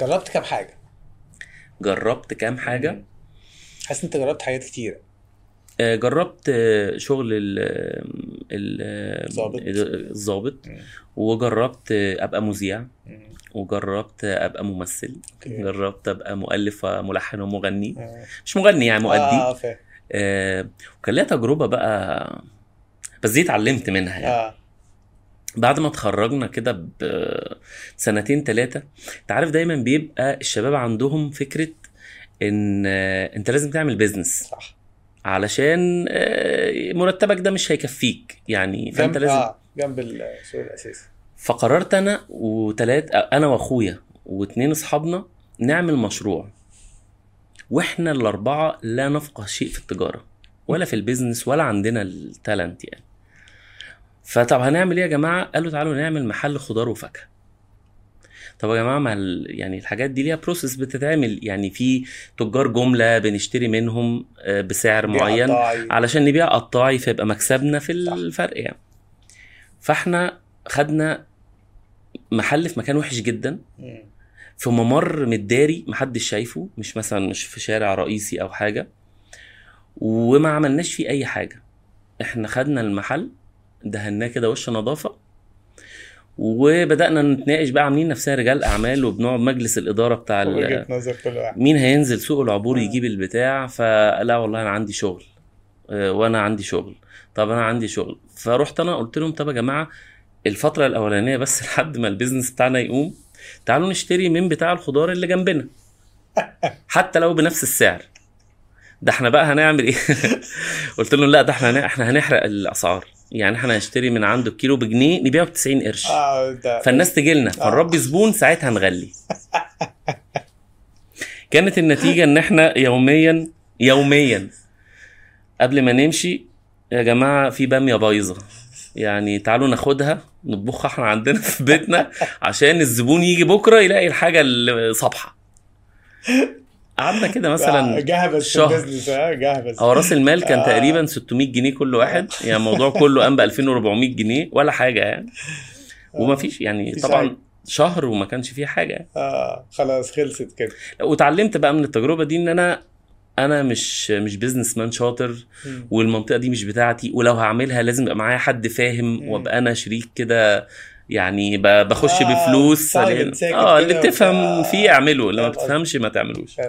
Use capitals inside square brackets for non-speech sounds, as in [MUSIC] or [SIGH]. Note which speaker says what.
Speaker 1: جربت كام حاجه
Speaker 2: جربت كام حاجه
Speaker 1: حاسس انت جربت حاجات كتيره
Speaker 2: آه، جربت آه، شغل ال- ال
Speaker 1: ظابط.
Speaker 2: ال- الظابط
Speaker 1: مم.
Speaker 2: وجربت آه، ابقى مذيع
Speaker 1: مم.
Speaker 2: وجربت آه، ابقى ممثل
Speaker 1: اوكي
Speaker 2: جربت ابقى مؤلف وملحن ومغني
Speaker 1: آه.
Speaker 2: مش مغني يعني
Speaker 1: اه
Speaker 2: مؤدي
Speaker 1: فاهم
Speaker 2: آه، وكان ليها تجربه بقى بس دي اتعلمت منها يعني
Speaker 1: اه
Speaker 2: بعد ما اتخرجنا كده بسنتين ثلاثة انت عارف دايما بيبقى الشباب عندهم فكرة ان آه، انت لازم تعمل بيزنس
Speaker 1: صح
Speaker 2: علشان آه، مرتبك ده مش هيكفيك يعني فانت
Speaker 1: جنب
Speaker 2: لازم
Speaker 1: اه جنب السوق الاساسي
Speaker 2: فقررت انا وتلات انا واخويا واتنين اصحابنا نعمل مشروع واحنا الاربعه لا نفقه شيء في التجاره ولا في البيزنس ولا عندنا التالنت يعني فطب هنعمل ايه يا جماعه قالوا تعالوا نعمل محل خضار وفاكهه طب يا جماعه ما ال- يعني الحاجات دي ليها بروسيس بتتعمل يعني في تجار جمله بنشتري منهم آه، بسعر معين
Speaker 1: على
Speaker 2: علشان نبيع قطاعي فيبقى مكسبنا في الفرق يعني فاحنا خدنا محل في مكان وحش جدا في ممر متداري محدش شايفه مش مثلا مش في شارع رئيسي او حاجه وما عملناش فيه اي حاجه احنا خدنا المحل دهناه كده وش نظافه وبدانا نتناقش بقى عاملين نفسنا رجال اعمال وبنقعد مجلس الاداره بتاع ال-
Speaker 1: وجهه نظر كل واحد
Speaker 2: مين هينزل سوق العبور
Speaker 1: آه.
Speaker 2: يجيب البتاع فلا والله انا عندي شغل آه، وانا عندي شغل طب انا عندي شغل فروحت انا قلت لهم طب يا جماعه الفتره الاولانيه بس [LAUGHS] لحد ما البيزنس بتاعنا يقوم تعالوا نشتري من بتاع الخضار اللي جنبنا حتى لو بنفس السعر ده احنا بقى هنعمل ايه [LAUGHS] قلت لهم لا ده احنا هن- احنا هنحرق الاسعار يعني احنا هنشتري من عنده الكيلو بجنيه نبيعه ب 90 قرش
Speaker 1: اه ده
Speaker 2: فالناس تجي لنا فنربي زبون ساعتها نغلي كانت النتيجه ان احنا يوميا يوميا قبل ما نمشي يا جماعه في باميه بايظه يعني تعالوا ناخدها نطبخها احنا عندنا في بيتنا عشان الزبون يجي بكره يلاقي الحاجه اللي صبحه قعدنا
Speaker 1: [LAUGHS]
Speaker 2: كده
Speaker 1: آه،
Speaker 2: مثلا
Speaker 1: جهبز في
Speaker 2: شهر.
Speaker 1: البيزنس اه جهبز [LAUGHS]
Speaker 2: هو راس المال كان
Speaker 1: آه.
Speaker 2: تقريبا 600 جنيه كل واحد يعني الموضوع كله قام ب 2400 جنيه ولا حاجه يعني وما فيش يعني
Speaker 1: آه. مفيش حاجة.
Speaker 2: طبعا شهر وما كانش فيه حاجه يعني.
Speaker 1: اه خلاص خلصت كده
Speaker 2: واتعلمت بقى من التجربه دي ان انا انا مش مش بيزنس مان شاطر
Speaker 1: مم.
Speaker 2: والمنطقه دي مش بتاعتي ولو هعملها لازم يبقى معايا حد فاهم
Speaker 1: مم.
Speaker 2: وابقى انا شريك كده يعني ب- بخش
Speaker 1: آه،
Speaker 2: بفلوس
Speaker 1: silent،
Speaker 2: على-
Speaker 1: ساكت
Speaker 2: اه اللي
Speaker 1: كده وبتاع.
Speaker 2: بتفهم فيه اعمله اللي ما
Speaker 1: فاهم قصدك.
Speaker 2: بتفهمش ما تعملوش